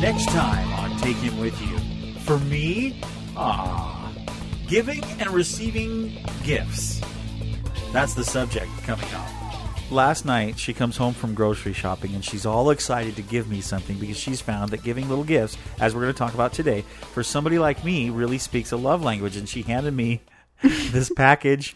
next time on Take Him With You. For me, ah, giving and receiving gifts. That's the subject coming up. Last night, she comes home from grocery shopping and she's all excited to give me something because she's found that giving little gifts, as we're going to talk about today, for somebody like me really speaks a love language. And she handed me this package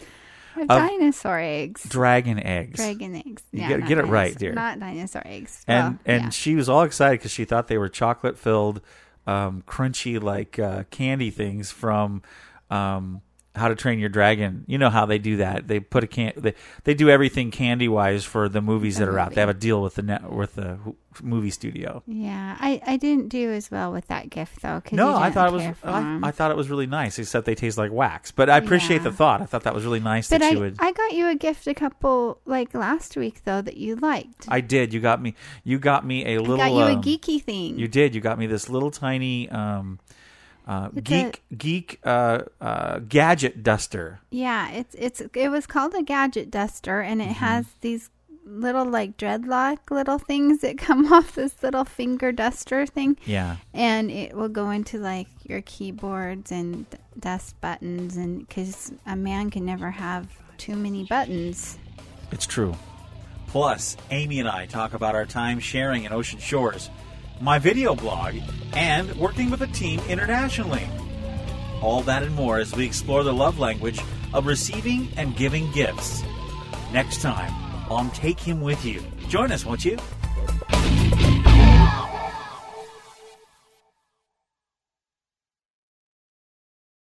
Of dinosaur eggs. dragon eggs. Dragon eggs. You Yeah, gotta not get it right, dinosaur- dear. Not dinosaur eggs. and Well, and yeah. she was all excited because she thought they were chocolate filled, um, crunchy like uh, candy things from um, How to Train Your Dragon. You know how they do that? They put a can they they do everything candy wise for the movies that are out. They have a deal with the net with the wh- movie studio. Yeah, I, I didn't do as well with that gift though. 'cause No, you I didn't thought it was care for I, 'em. I thought it was really nice, except they taste like wax. But I appreciate Yeah. the thought. I thought that was really nice but that I, you would. I, I got you a gift a couple like last week though that you liked. did. You got me. You got me a I little. got you a um, geeky thing. You did. You got me this little tiny um, uh, It's geek geek uh, uh, gadget duster. yeah, it's it's it was called a gadget duster, and Mm-hmm. it has these little like dreadlock little things that come off this little finger duster thing, Yeah, and it will go into like your keyboards and d- dust buttons, and because a man can never have too many buttons. it's true. Plus, Amy and I talk about our time sharing in Ocean Shores, my video blog, and working with a team internationally. All that and more as we explore the love language of receiving and giving gifts. Next time on Take Him With You. Join us, won't you?